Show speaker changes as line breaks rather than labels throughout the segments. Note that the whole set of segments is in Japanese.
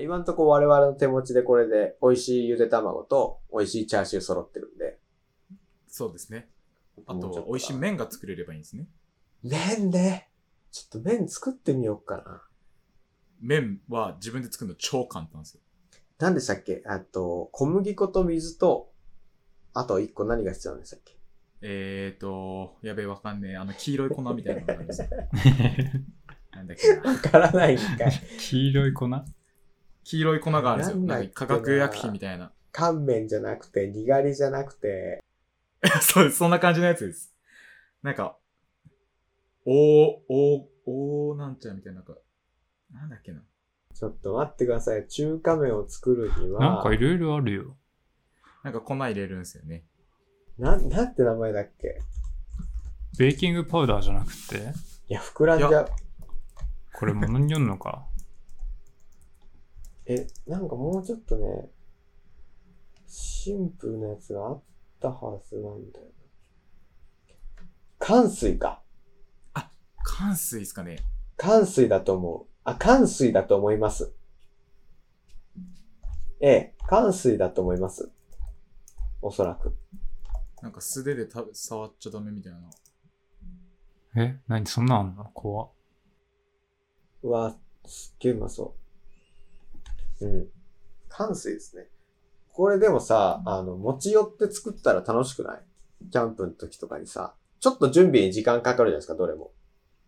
今んとこ我々の手持ちでこれで美味しいゆで卵と美味しいチャーシュー揃ってるんで。
そうですね。あ
もうちょっ
と、美味しい。麺が作れればいいんですね。
麺ね。ちょっと麺作ってみようかな。
麺は自分で作るの超簡単ですよ。
何でしたっけあと、小麦粉と水と、あと一個何が必要なんでしたっけ
えーと、やべえ、わかんねえ。あの、黄色い粉みたいなのがある んですよ。なんだっけな。
わからないんか い。
黄色い粉
黄色い粉があるんですよ。
な
なん
だっけ
んか
な
化学薬品みたいな。
乾麺じゃなくて、にがりじゃなくて、
そうです。そんな感じのやつです。なんか、おー、おー、おーなんちゃらみたいな、なんか、なんだっけな。
ちょっと待ってください。中華麺を作るには、
なんかいろいろあるよ。
なんか粉入れるんですよね。
な、なんて名前だっけ
ベーキングパウダーじゃなくて
いや、膨らんじ
い
ゃう。
これ物によるのか。
え、なんかもうちょっとね、シンプルなやつがあったはずなんだよな。乾水か。
乾水ですかね。
乾水だと思う。あ、乾水だと思います。ええ、乾水だと思います。おそらく。
なんか素手でた触っちゃダメみたいな。
え何そんなんあんの怖 っ
うわ、すっげえうまそう。うん。乾水ですね。これでもさ、あの、持ち寄って作ったら楽しくないキャンプの時とかにさ、ちょっと準備に時間かかるじゃないですか、どれも。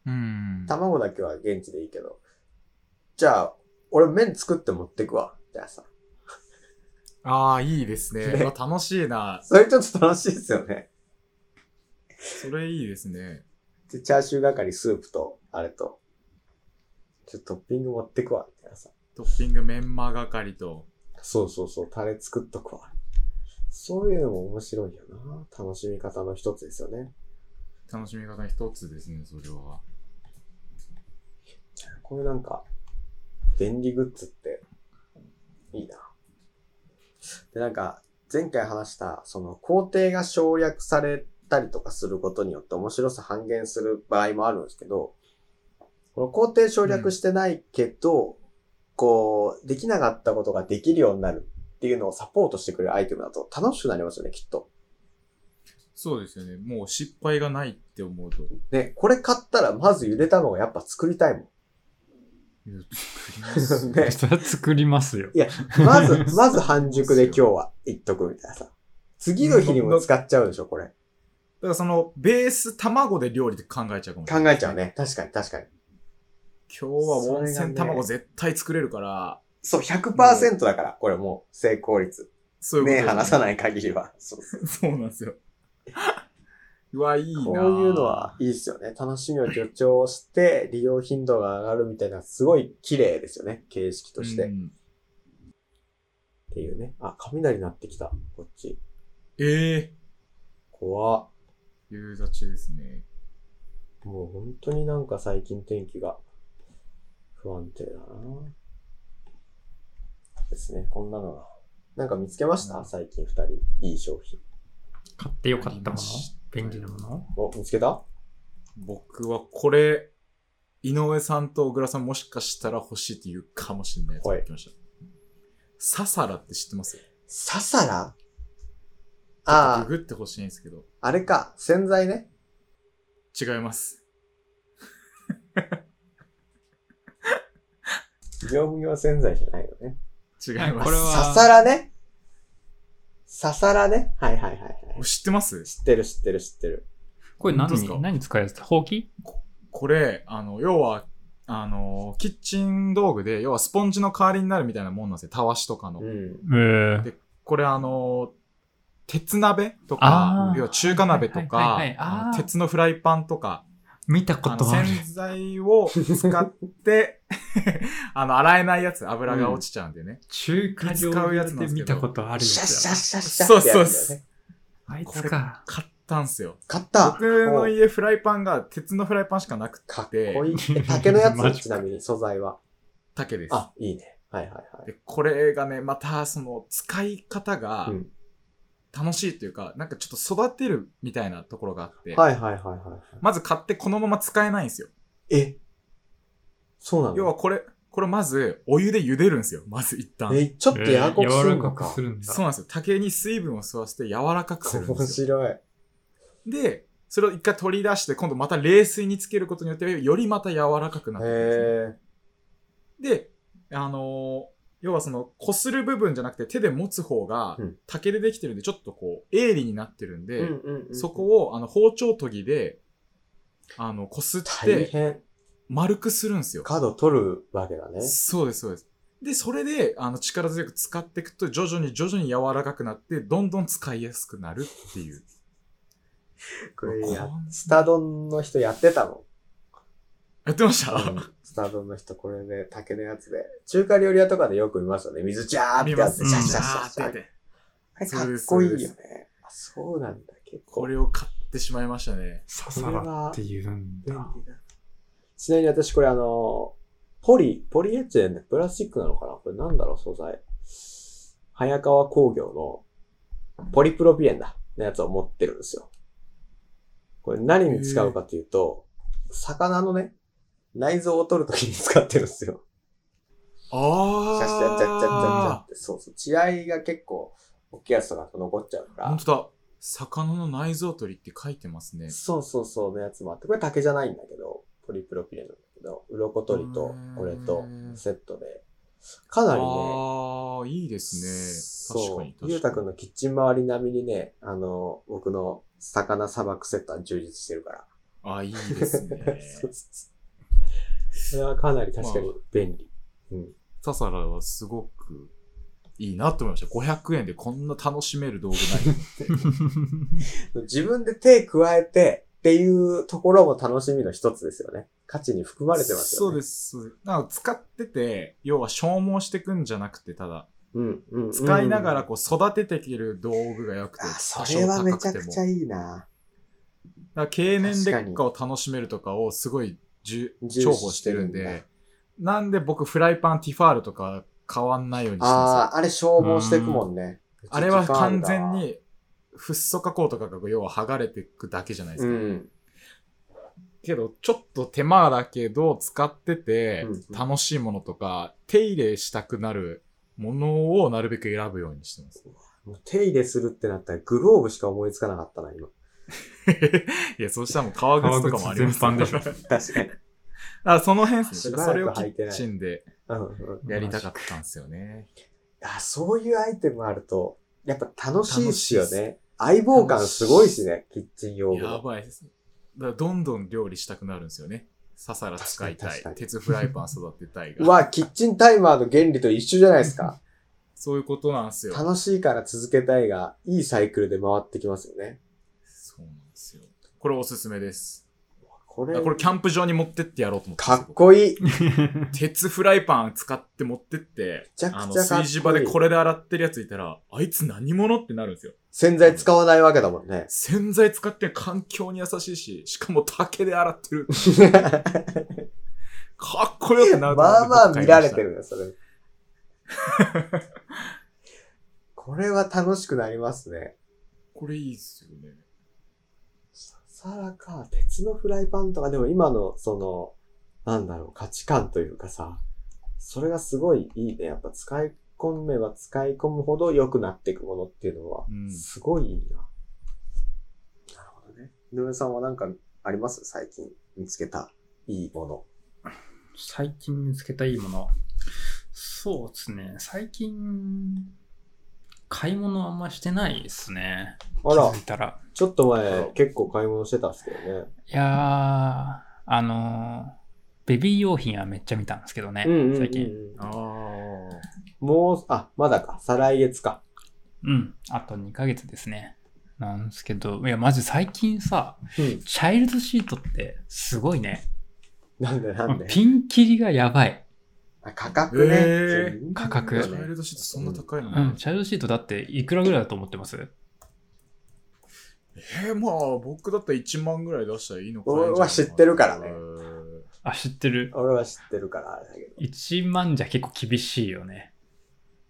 うん。
卵だけは現地でいいけど。じゃあ、俺麺作って持ってくわ。みたいなさ。
ああ、いいですね。
ね
うわ楽しいな。
それちょっと楽しいですよね。
それいいですね。
で、チャーシュー係スープと、あれと、ちょっとトッピング持ってくわ、みたいなさ。
トッピングメンマ係と。
そうそうそう、タレ作っとくわ。そういうのも面白いよな。楽しみ方の一つですよね。
楽しみ方の一つですね、それは。
こういうなんか、便利グッズって、いいな。で、なんか、前回話した、その、工程が省略されたりとかすることによって面白さ半減する場合もあるんですけど、この工程省略してないけど、こう、できなかったことができるようになるっていうのをサポートしてくれるアイテムだと楽しくなりますよね、きっと。
そうですよね。もう失敗がないって 思うと。
ね、これ買ったらまずゆで卵やっぱ作りたい もん。
いや作りますね
ね
それは作りますよ。
いや、まず、まず半熟で今日は言っとくみたいなさ。次の日にも使っちゃうでしょ、これ。
だからその、ベース卵で料理って考えちゃうかもしれ
考
ない。
えちゃう。ね。確かに、確かに。
今日は温泉卵絶対作れるから、
そう、100%だから、これもう、成功率。
そういうこ
目
とですね
離さない限りは。そうそう
そうなんですよ。 うわ、いいなぁ
こういうのは。いいですよね。楽しみを助長して、利用頻度が上がるみたいな、すごい綺麗ですよね。形式として。
う
っ
ん
ていうね。あ、雷鳴ってきた。こっち。
ええ
怖っ
夕立ですね。
もう本当になんか最近天気が不安定だなですね、こんなのが。なんか見つけました、
うん
最近二人。いい商品。
買ってよかった
あり
も
ま
の
した
便利なもの
お、見つけた
僕はこれ、井上さんと小倉さんもしかしたら欲しいって言うかもしれないやつ
はい
が来ました。ササラって知ってます
ササラ
グ
ああ、
グってほしいんですけど、
あれか、洗剤ね。
違います。
業務用洗剤じゃないよね。
違います。
これは
ササラね。ササラね。はいはいはい、はい。
知ってます
知ってる知ってる知ってる。
これ何
本当っすか
に何使うやつほうき
これ、あの、要は、あの、キッチン道具で、要はスポンジの代わりになるみたいなもんなんですよ。たわしとかの
う。ん。
えー
でこれあの、鉄鍋と
あ
か
ー、
要は中華鍋と
はい
か
はいはいはい、あー
あの鉄のフライパンとか、
見た
あ
こ
の
とあ
洗
る。
剤を使って、 あの、洗えないやつ、油が落ちちゃうんでね。
中華
使
料
うや
理
つなん
で
ですけ
見
ど
たことあるや
シャッ
つ
シ
だ
ャッシャッシャッってやつだよね。
そうそう
あいつか。
買ったんすよ。
買った。
僕の家フライパンが鉄のフライパンしかなく、
かってこいい。え竹の や
マ
つ
ジか
ちなみに素材は。
竹です。
あ、いいね。はいはいはい。
で、これがね、またその使い方が
うん
楽しいというか、なんかちょっと育てるみたいなところがあって、
はいはいはいはいは
まず買ってこのまま使えないんですよ。
い。えそうなの
要はこれ、これまず、お湯で茹でるんですよ。まず一旦。
え、ちょっと柔らかくする
柔ら
の
かく
か
す。るんだ。
そうなんですよ。竹に水分を吸わせて柔らかくするん
面
ですよ。
白い。
で、それを一回取り出して、今度また冷水につけることによって、よりまた柔らかくなってくるんです
へ
ね。で、あのー要はその、こする部分じゃなくて手で持つ方が
うん、
竹でできてるんで、ちょっとこう、鋭利になってるん
え。
で、
うんうんうん
そこを、あの、包丁研ぎで、あの、こすっ
大
て、
変。
丸くするんですよ。
角取るわけだね。
そうです、そうです。で、それで、あの、力強く使っていくと、徐々に徐々に柔らかくなって、どんどん使いやすくなるっていう。
これや
こん
スタドンの人やってたの。
やってました、
うんスタドンの人これで竹のやつで。中華料理屋とかでよく見ますよね。水ジャーって
見
や
ま
つ
す。
で
シ
シャ
ャ
ッシャ
シ
ッ
ャ
シャッシ
ー
ャ
っ
ッ。
て。
あれ
そ
か
う
っ
です
こいいよね。あそうなんだ、結構。
これを買ってしまいましたね。
ササラって言うん
便利
だ。
だちなみに私これあの、ポリ、ポリエチレンでプラスチックなのかなこれなんだろう、素材。早川工業のポリプロピレンだ、のやつを持ってるんですよ。これ何に使うかというと、魚のね、内臓を取るときに使ってるんですよ。
あ
シャ
ー。
ッシャッシャッシャッシャッシャッって。そうそう。血合いが結構、大きいやつとか残っちゃうか
本
ら。
当だ。魚の内臓取りって書いてますね。
そうそうそうのやつもあって、これ竹じゃないんだけど、ポリプロピレンなんだけど、鱗取りとこれとセットで、かなりね、
ああ、いいですね。確
そ
か
う
に。、
ゆうたくんのキッチン周り並みにね、あの、僕の魚砂漠セットは充実してるから。
ああ、いいですね
そうそう。 そうそれはかなり確かに便利。
ササラはすごくいいなと思いました。500円でこんな楽しめる道具ない。
自分で手加えてっていうところも楽しみの一つですよね。価値に含まれてますよ
そう
ね。
です。そうですなんか使ってて、要は消耗してくんじゃなくて、ただ、
そうです。うん、うん。
使いなが
うん
らこう育てていける道具が良くて、
あ、それはめちゃくちゃ
いい。
いいな。
だから経年
確か
劣
に
化を楽しめるとかをすごい重
重視
重宝してるん
してる
で、なんで僕フライパンティファールとか変わんないようにしてます
ああ、あれ消耗していくもんね。
あれは完全に、フッ素加工とかが要は剥がれていくだけじゃないで
う
すか。
ん。
けど、ちょっと手間だけど、使ってて
うん、
楽しいものとか、手入れしたくなるものをなるべく選ぶようにしてます。
もう手入れするってなったらグローブしか思いつかなかったな、今。
いや、そしたらもう革靴とかもあります。
革靴全般
ょ。
確かに。
あその辺ですね。だからそれ
しばら
を
く
キ
履いてない
ッチンで
うんうん、
やりたかったんですよね。
あそういうアイテムあると、やっぱ楽しいっすよ
楽しい
ね。相棒感すごいしね、キッチン用具
や
の。
ばいです。だからどんどん料理したくなるんですよね。ささら使い
確かに
た
確
い
かに。
鉄フライパン育てたいうが。
わ、キッチンタイマーの原理と一緒じゃないですか。
そういうことなんですよ。
楽しいから続けたいが、いいサイクルで回ってきますよね。
そうなんですよ。これおすすめです。
こ
だか
れ、
らこれキャンプ場に持ってってやろうと思って
か
ます
っこいい。
鉄フライパン使って持ってって、
ちゃくちゃ
あの、
かっこいい
炊事場でこれで洗ってるやついたら、あいつ何者ってなるんですよ。。
洗剤使わないわけだもん ね
洗剤使って環境に優しいし、しかも竹で洗ってる。かっこよくなると思
まあ
って
まあ見られて
買いま
るよ、それ。これは楽しくなりますね。
した。これいいっすよね。
ササラか、鉄のフライパンとか、でも今の、その、なんだろう、価値観というかさ、それがすごいいいね。やっぱ使い込めば使い込むほど良くなっていくものっていうのは
う、ん
すごいいいな。なるほどね。井上さんはなんかあります最近見つけたいいもの。
最近見つけたいいもの。そうですね。最近、買い物あんましてないですね。
あら
気づい、たら。
ちょっと前結構買い物してたんですけどね。
いやー、あのーベビー用品はめっちゃ見たんですけどね、
うんうんうんうん
最近。
ああ。
もう、あ、まだか。再来月か。
うん、あと2ヶ月ですね。なんですけど、いや、マジ最近さ、
うん。
チャイルドシートってすごいね。
なんでなんで。
ピンキリがやばい。
あ価格ね。
えー
そう
価格
チャイルドシートそんな高いの、
うん、チャイルドシートだっていくらぐらいだと思ってます
えー、まあ、僕だったら1万ぐらい出したらいいのか
俺は知ってるからね
えー
あ、知ってる。
俺は知ってるからあれだけど。
1万じゃ結構厳しいよね。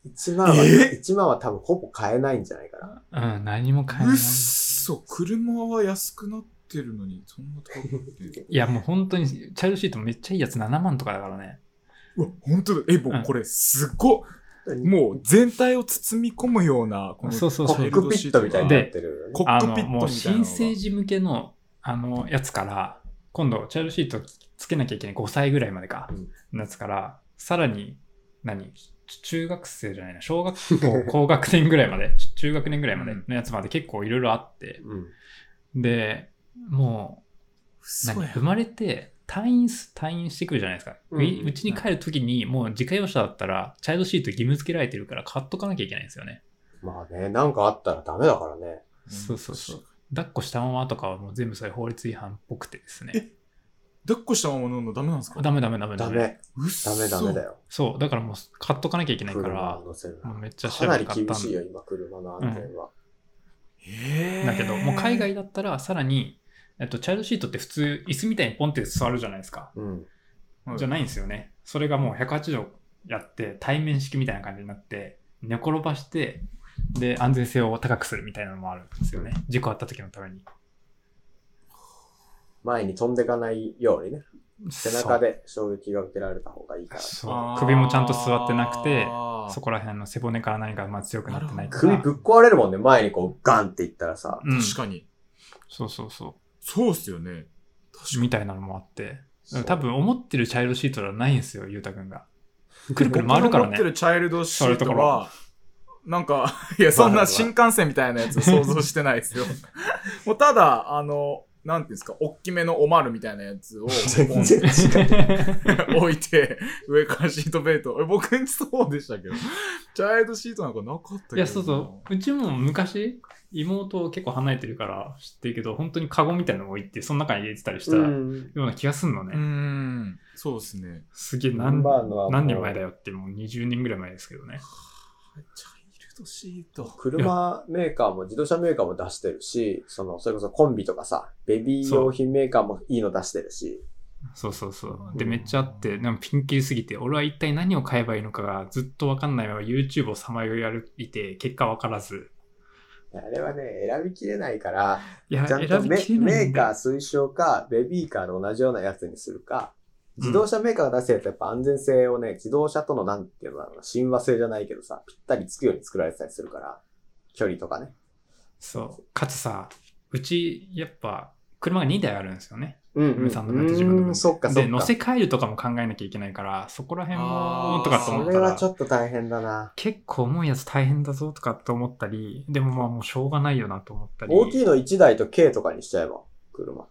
1万は、
え
一万は多分ほぼ買えないんじゃないかな。
うん、何も買えな
う
い
っ。そ、車は安くなってるのに、そんな高くなって。
いや、もう本当に、チャイルドシートめっちゃいいやつ7万とかだからね。
うわ、本当だ。え、も
う
うんこれすごい、
も
もう全体を包み込むような、この
そうそう
コ
そう
ックピットみたいになってるよね。
コ
こ
ッ
あ
ク
の
ピットみたいなの
も
が
う新生児向けのあのやつから今度チャイルドシートつけなきゃいけない5歳ぐらいまでか、
うん
のやつからさらに何中学生じゃないな小学校高学年ぐらいまで中学年ぐらいまでのやつまで結構いろいろあって
うん。
でもう
嘘
何
や
生まれて退院す退院してくるじゃないですか
うんうん
うちに帰る時にもう自家用車だったらチャイルドシート義務付けられてるから買っとかなきゃいけないんですよね
まあね、なんかあったらダメだからね。
そうそうそ
うん
う。抱っこしたままとかはもう全部それ法律違反っぽくてですね。
え抱っこしたまま飲むのダメなんですか
ダメダメダメ
ダ
ダメ。
メ、
うっそ
ダメダメだよ。
そう、だからもう買っとかなきゃいけないか
車
ら
を、乗せる
もうめっちゃ
か
調
な
べて
り
買
厳
った
しいよ、
ん
今、車の安全は。
えー
だけど、もう海外だったらさらに、えっと、チャイルドシートって普通椅子みたいにポンって座るじゃないですか。
うん。
はい
じゃないんですよね。それがもう108度やって対面式みたいな感じになって、寝転ばして、で、安全性を高くするみたいなのもあるんですよね。事故あった時のために。
前に飛んでかないようにね。背
背
中で衝撃が受けられた方がいいから。
そう首もちゃんと座ってなくて、そこら辺の背骨から何かまあ強くなってないか
首
ら。
ぶっ壊れるもんね、前にこうガンっていったらさ。
うん、
確かに。
そうそうそ
そうっすよね。確
う。
かに
み。たいなのもあって。多分思ってるチャイルドシートではないんですよ、ゆうたくんが。くるくる回るか
僕の
ら
持っ
ね
て。るチャイルドシートは、なんか、い
まあ
や、そん
まあ
な新幹線みたいなやつ想像してないです よ。もうただ、あの、なんていうんですか、おっきめのおまるみたいなやつを、
全然違う。
置いて、上からシートベルト。え僕んちそうでしたけど、チャイルドシートなんかなかったけど。
いや、そうそう。うちも昔、妹結構離れてるから知ってるけど、本当にカゴみたいなの置いて、その中に入れてたりした
う
よ
ん。
うな気がすんのね。
うーん。そうですね。
すげえ
ナン
何、
バーのはもう
何年前だよって、もう20年ぐらい前ですけどね。
チャイルドシート。
車メーカーも自動車メーカーも出してるし、その、それこそコンビとかさ、ベビー用品メーカーもいいの出してるし。
そうそうそう。で、めっちゃあって、でもピンキリすぎて、俺は一体何を買えばいいのかがずっとわかんないまま YouTube をさまよい歩いて、結果わからず。
あれはね、選びきれないから、
いや、
ちゃ
選
んと
び
メ
きれないん
メ
で
ーカー推奨か、ベビーカーの同じようなやつにするか、自動車メーカーが出すやつやっぱ安全性をね、自動車とのなんていうのかな、親和性じゃないけどさ、ぴったりつくように作られてたりするから、距離とかね。
そう。かつさ、うち、やっぱ、車が2台あるんですよね。
うん、
嫁さんの分と自分の分
うんそっかそっか。
で、乗せ替えるとかも考えなきゃいけないから、そこら辺
あ
も、
ー
とかと
そ
思っ
れ
た
は
ら
ち、ょっと大変だな。
結構重いやつ大変だぞとかって思ったり、でもまあもうしょうがないよなと思ったり。
大きいの1台と軽とかにしちゃえば、車。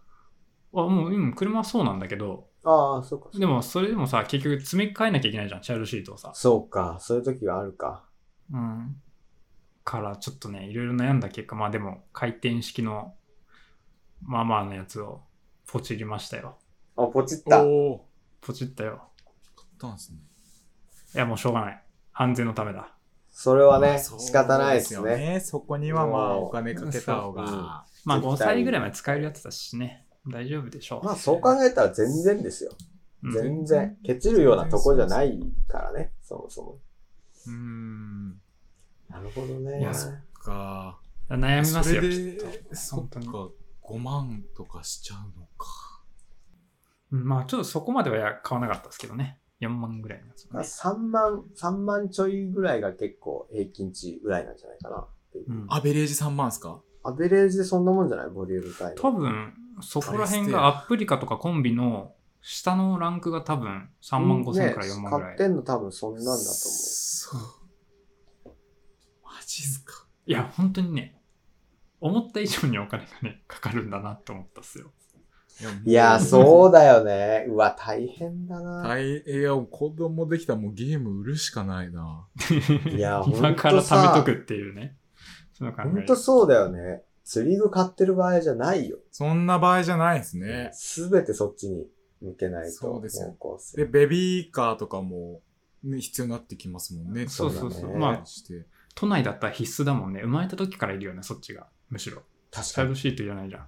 あもう、うん、車はそうなんだけど、
ああ、そっか。
でもそれでもさ、結局詰め替えなきゃいけないじゃん、チャイルドシートをさ。
そうか、そういう時があるか。
うん。から、ちょっとね、いろいろ悩んだ結果、まあでも、回転式の、まあまあのやつを、ポチりましたよ。
あ、ポチっ
お
た。
お
ポチったよ。
ー。買ったんですね。
いや、もうしょうがない。安全のためだ。
それは
まあ
ね、
そう
仕方ないです
よ
ね。。
そこにはまあ
もう
お金かけた方
そう
が。
まあ
絶対
5歳ぐらいまで使えるやつだしね。大丈夫でしょう。
まあそう考えたら全然ですよ。
うん
全然。ケチるようなとこじゃないからね、そもそも。
うーん。
なるほどね。
いや
そ
そ
か。
悩みますよ、
それ
きっ
で
と。
そ
本
っ
当
か
に。
5万とかしちゃうのか。
うんまあちょっとそこまでは買わなかったですけどね。4万ぐらいのやつ
ま
も
あ、
ね。
3万、三万ちょいぐらいが結構平均値ぐらいなんじゃないかな。
うん
アベレージ3万っすか
アベレージでそんなもんじゃないボリューム帯
多
の。
分、そこら
プレス
辺
テ
がアップリカとかコンビの下のランクが多分3万5千から4万ぐら
ね、買っ
い
て。んの多分そんなんだと思
そう。マジっすか。
いや、本当にね、思った以上にお金がね、 かかるんだなって思ったっすよ。
いや
う。いやー、そうだよね。うわ、大変だな。
大いや、子供できたらもうゲーム売るしかないな。
いやー、ほ
今
ん
から
と
貯めと
さ
く、っていうね。その考え
ほんとそうだよね。釣り具買ってる場合じゃないよ。
そんな場合じゃないですね。
すべてそっちに向けないと。
そうですよ
方向性
で、ベビーカーとかも、ね、必要になってきますもんね。
そうそう
そう
だね
ま
あ
して
都内だったら必須だもんね。生まれた時からいるよね、そっちが。むしろ。
確
チャ
か
イル
に。
ドシートいらないじゃん。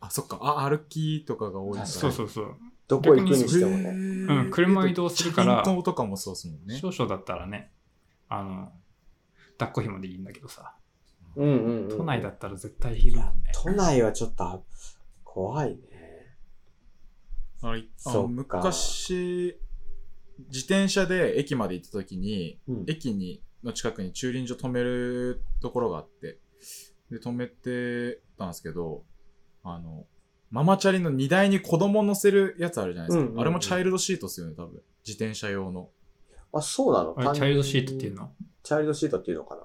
あ、そっか。あ、歩きとかが多いから。
確か
そ
に
うそうそう。
どこ行くにしてもね。
うん車移動するから
チャリンコとかもそうですもんね。
少々だったらね、あの、抱っこ紐でいいんだけどさ。
うんうん、うん。
都内だったら絶対いるもんね。
都内はちょっとあ怖いね。
はい。あ
そっか
昔、自転車で駅まで行った時に、
うん
駅にの近くに駐輪場止めるところがあって、で、止めてたんですけど、あの、ママチャリの荷台に子供乗せるやつあるじゃないですか。
うんうんうん
あれもチャイルドシートっすよね、多分。自転車用の。
あ、そうなの
あれチャイルドシートっていう
の
の
チャイルドシートっていうのかな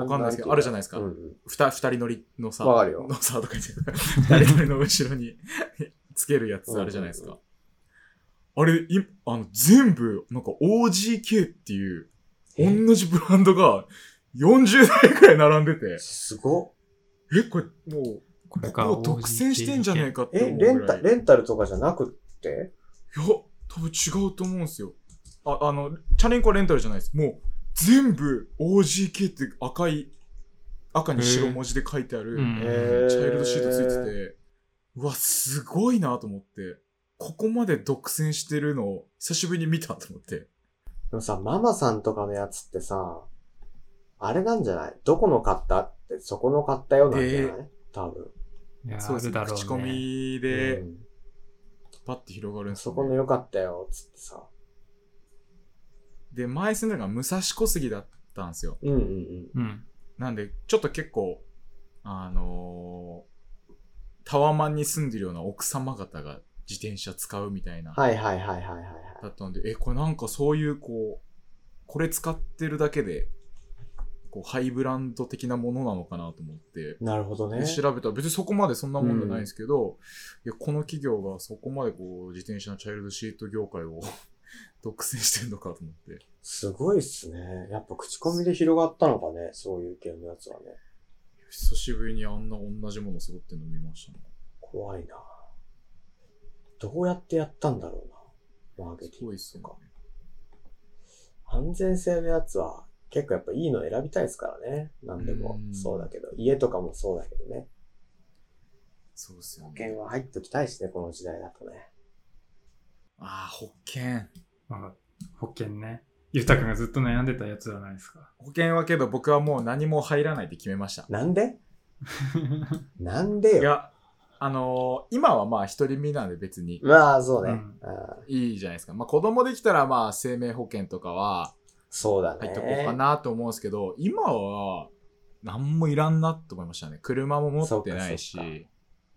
わかんないですけどあるじゃないですか
うんうん
ふた、二人乗りのさ、
わかるよ
のさ、とか言って、二人乗りの後ろに つけるやつあるじゃないです
うんう
か。あれ、い、あの、全部、なんか OGK っていう、
え
同じブランドが40台くらい並んでて、
すごっ
え、これも
こ
う、
れが
もう独占してんじゃねえ
か。
かって
え
思うぐら
レ
い。
ンタ、レンタルとかじゃなくって
いや、多分違うと思うんですよ。あ、あの、チャリンコはレンタルじゃないです。もう、全部 OGK って赤い、赤に白文字で書いてある、
うん
チャイルドシートついてて、うわ、すごいなと思って、ここまで独占してるのを久しぶりに見たと思って。
でもさ、ママさんとかのやつってさ、あれなんじゃないどこの買ったって、そこの買ったよなんじゃない多分。
いや、
そう
あ
です
る
ね。
だろう、ね。
口コミで
う、ん
パッて広がるんです
そ
よ、
この
ね。
良かったよ、つってさ。
で、前住んでるのが武蔵小杉だったんですよ。
うんうんうん。
うん。
なんで、ちょっと結構、あのータワマンに住んでるような奥様方が自転車使うみたいな、
はいはいはいはいはいはい。
だったんで、え、これなんかそういう、こう、これ使ってるだけで、こう、ハイブランド的なものなのかなと思って、
なるほどね。
で調べたら別にそこまでそんなもんじゃないんですけど、いやこの企業がそこまでこう、自転車のチャイルドシート業界を独占してるのかと思って。
すごいっすね。やっぱ口コミで広がったのかね、そういう系のやつはね。
久しぶりにあんな同じもの揃ってるの見ましたね。
怖いなどうやってやったんだろうな、マーケテ
す
ィン
ご
グ
いっす
と
ね
か。。安全性のやつは結構やっぱいいの選びたいですからね。なんでも
うん
そうだけど、家とかもそうだけどね。
そうっすよ
保
ね。
険は入っときたいしね、この時代だとね。
ああ、保険。
まあ保険ね。ゆうたくんがずっと悩んでたやつじゃないですか。
保険はけど僕はもう何も入らないって決めました。
なん でなんで
い
よ。
や、あのー今はまあ一人身なんで別に
まあそうね、
うん
あー
いいじゃないですか。まあ子供できたらまあ生命保険とかは
そうだね。
入っとこうかなと思うんですけど、今は何もいらんなと思いましたね。車も持ってないし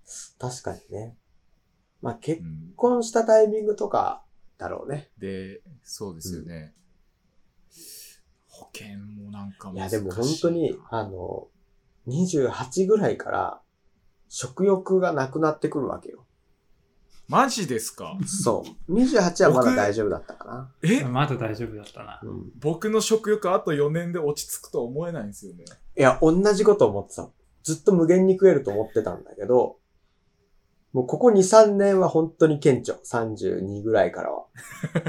そっかそっ、確かにね。まあ結
うん
婚したタイミングとかだろうね。
で、そうですよね。保険もなんか
い
難
や、
しい
で
な。
も本当に、あの、28ぐらいから、食欲がなくなってくるわけよ。
マジですか
そう。28はまだ大丈夫だったかな。
え
まだ大丈夫だったな。
うん。
僕の食欲あと4年で落ち着くとは思えないんですよね。
いや、同じこと思ってた。ずっと無限に食えると思ってたんだけど、もうここ2、3年は本当に顕著。32ぐらいからは。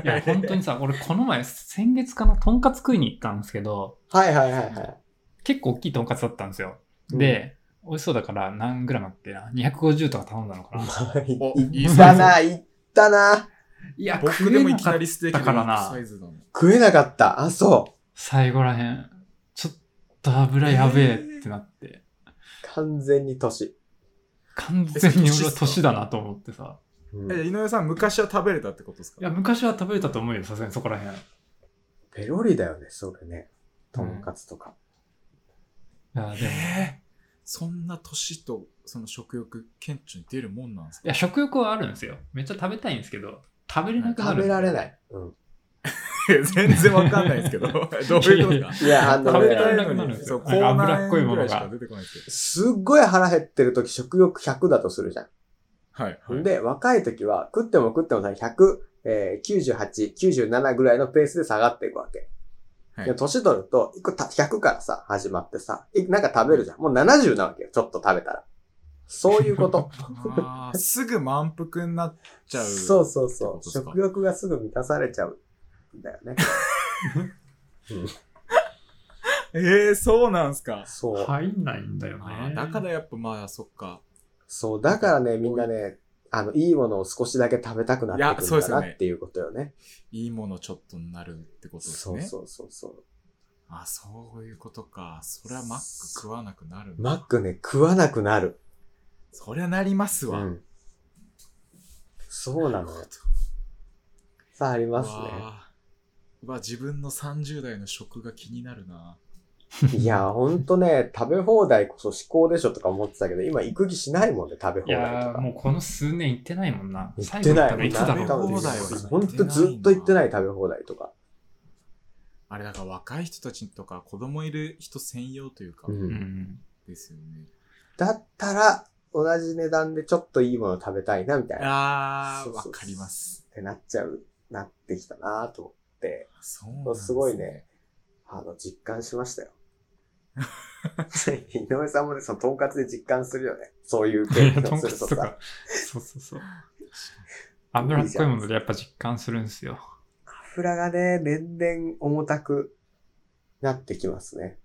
いや、本当にさ、 俺この前、先月かな、とんかつ食いに行ったんですけど、
はいはいはいはい。
結構大きいとんかつだったんですよ。
うん
で、美味しそうだから何グラムだっけな ?250 とか頼んだのかな
お
いったな、いったな。
いや、
僕
食
で
え
もい
な
きな
かった
りステーキ
からな
のサイズなの。
食えなかった。あ、そう。
最後らへん。ちょっと油やべえってなって、
完全に年。
完全に俺は年だなと思ってさ。
うん
え、井上さん、昔は食べれたってことです
いや、
か
昔は食べれたと思うよ、さすがにそこらへん。
ペロリだよね、それね。とんかつとか。
いや、でも。
えーそんな年とその食欲、顕著に出るもんなんです
い
か
や、食欲はあるんですよ。めっちゃ食べたいんですけど、食べれなくな
食
る。
べられない。うん。
全然わかんないです けど、どういうことか。
いや、あの、
食べたい
の
なん
に、
か
そう、口
脂
内
っこい
炎ぐら
もの
いしか
が
出てこないですけ
すっごい腹減ってる時食欲100だとするじゃん。
ど。はい、はい。
で、若い時は食っても食っても100、えー、98、97ぐらいのペースで下がっていくわけ。
はい
で年取ると、一個た100からさ、始まってさ、いなんか食べるじゃん。もう70なわけよ、ちょっと食べたら。そういう こと。
あーすぐ満腹になっちゃう。
そうそうそ
ってこと
う。
ですか
食欲がすぐ満たされちゃうんだよね。
えー、 そうなんすか。
そう。
入んないんだよ
あー。
ね
だからやっぱまあ、そっか。
そう、だからね、みんなね、あの、いいものを少しだけ食べたくなってく
いやそう
る
で
んだ
すよ
な
ね
っていうことよね。
いいものちょっとになるってことです
そ
ね。
うそうそうそう。
あ、そういうことか。そりゃマック食わなくなるんだ。
マックね、食わなくなる。
そりゃなりますわ。
うんそうなのよ。さあ、ありますね。
わあは自分の30代の食が気になるな。
いや、ほんとね、食べ放題こそ至高でしょとか思ってたけど、今行く気しないもんね、食べ
い
放題
や
と
ー
か。
もうこの数年行ってないもんな。
行ってないもん
最後行ったのいつだろ
食べ
う
放題は ね
ほんとずっと行ってない食べ放題とか。
あれだから若い人たちとか子供いる人専用というか
う、。
うんん。
ですよね。
だったら、同じ値段でちょっといいもの食べたいな、みたいな。っ
あ
そうそ
ー、
う
わ
そう
かります。
てなっちゃう、なってきたなと思って、
そうなんです
ごいね。あの、実感しましたよ。井上さんもね、その、とんかつで実感するよね。そういう経験
と
を
ん
す
か
る
つ
と
と
さ。
か。 そうそうそう。脂っこいものでやっぱ実感するんですよ。
油がね、年々重たくなってきますね。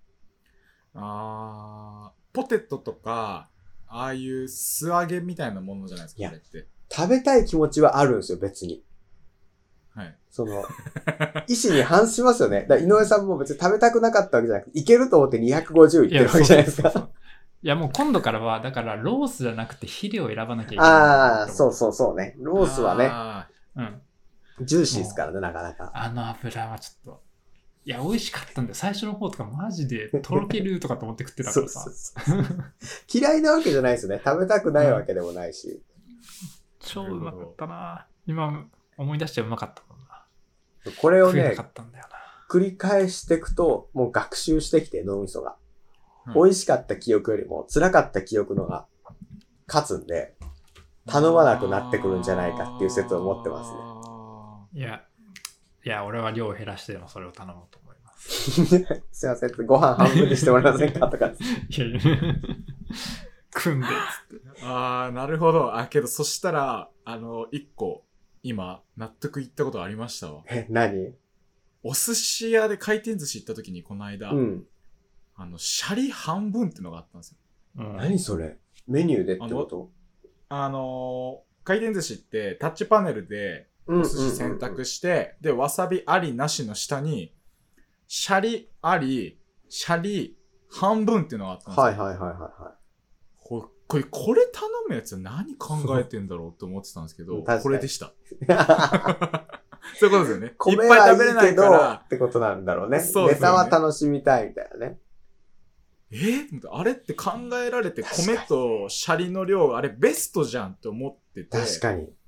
あー、ポテトとか、ああいう素揚げみたいなものじゃないです
い
か、
や
あれって。
食べたい気持ちはあるんですよ、別に。
はい。
そ の、意思に反しますよね。だから井上さんも別に食べたくなかったわけじゃなくて、いけると思って250いってるわけじゃないです
そうそう
か。
そういやもう今度からは、だからロースじゃなくて肥料を選ばなきゃいけない。
ああ、そうそうそうね。ロースはね、
あ
う。うん。
ジューシーですからね、なかなか。
あの油はちょっと。いや、美味しかったんだよ。最初の方とかマジでとろけるとかと思って食ってたか
そ
ら
う
さ。
そうそう。 嫌いなわけじゃないですよね。食べたくないわけでもないし。
超うまかったな。今思い出してうまかったもんな。
これを
食えな
ね
か、ったんだよな。
繰り返していくと、もう学習してきて、脳みそが。
うん
美味しかった記憶よりも、辛かった記憶のが、勝つんで、 頼まなくなってくるんじゃないかっていう説を持ってますね
ね。
いや、いや、俺は量を減らしてでもそれを頼もうと思います。
すいません、ご飯半分にしてもらえませんかと か。
いやいや、 組んでっつって。
あー、なるほど。あ、けど、そしたら、あの、一個、今、納得いったことありましたわ。
え、何
お寿司屋で回転寿司行った時に、この間、
うん。
あの、シャリ半分ってのがあったんですよ。
うん
何それメニューでってこと
あのー回転寿司って、タッチパネルで、
うん
お寿司選択して、で、わさびありなしの下に、シャリあり、シャリ半分っていうのがあったんですよ。
はいはいはいはいは
これ、これこれ頼むやつは何考えてんだろうって思ってたんですけど、
確かに
これで した。
い。
そういうことですよね。い
米
っぱい食べれ
は
ない
い
い
いけど
から
っ、てことなんだろうね。
そうですよね
ネタは楽しみたいみたいなね。
えーと思ってあれって考えられて、
確かに
米とシャリの量、あれベストじゃんって思ってて、
確かに。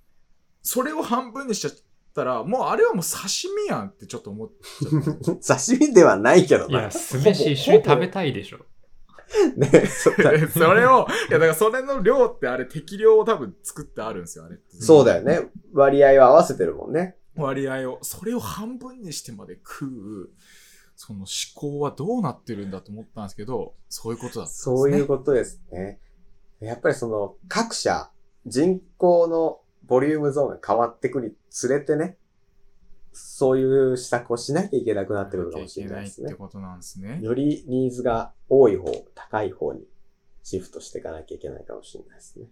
それを半分にしちゃったら、もうあれはもう刺身やんってちょっと思っちゃった。
刺身ではないけど
い
な
や、。酢飯一緒に食べたいでしょ。
ね、そう だ
でそれを、いやだからそれの量ってあれ適量を多分作ってあるんですよ、あれって。
そうだよね。割合は合わせてるもんね。
割合を。それを半分にしてまで食う、その思考はどうなってるんだと思ったんですけど、そういうことだったんですね。
そういうことですね。やっぱりその各社人口のボリュームゾーンが変わってくにつれてね、そういう施策をしなきゃいけなくなってくるかもしれないです
っ
ね
て。ことなんですね。
よりニーズが多い方、高い方にシフトしていかなきゃいけないかもしれないですね。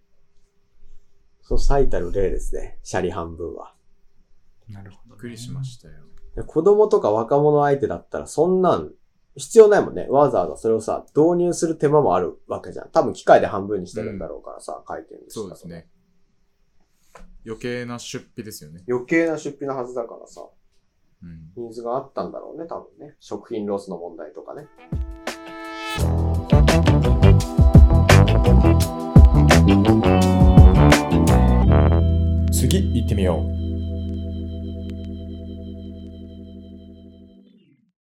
その最たる例ですね。シャリ半分は。
なるほど、
びっくりしましたよ。
子供とか若者相手だったらそんなん必要ないもんね。わざわざそれをさ、導入する手間もあるわけじゃん。多分機械で半分にしてるんだろうからさ、回転寿司だと
そうです。ね。余計な出費ですよね。
余計な出費のはずだからさ、
うん。
ニーズがあったんだろうね、多分ね。食品ロスの問題とかね。
次行ってみよう。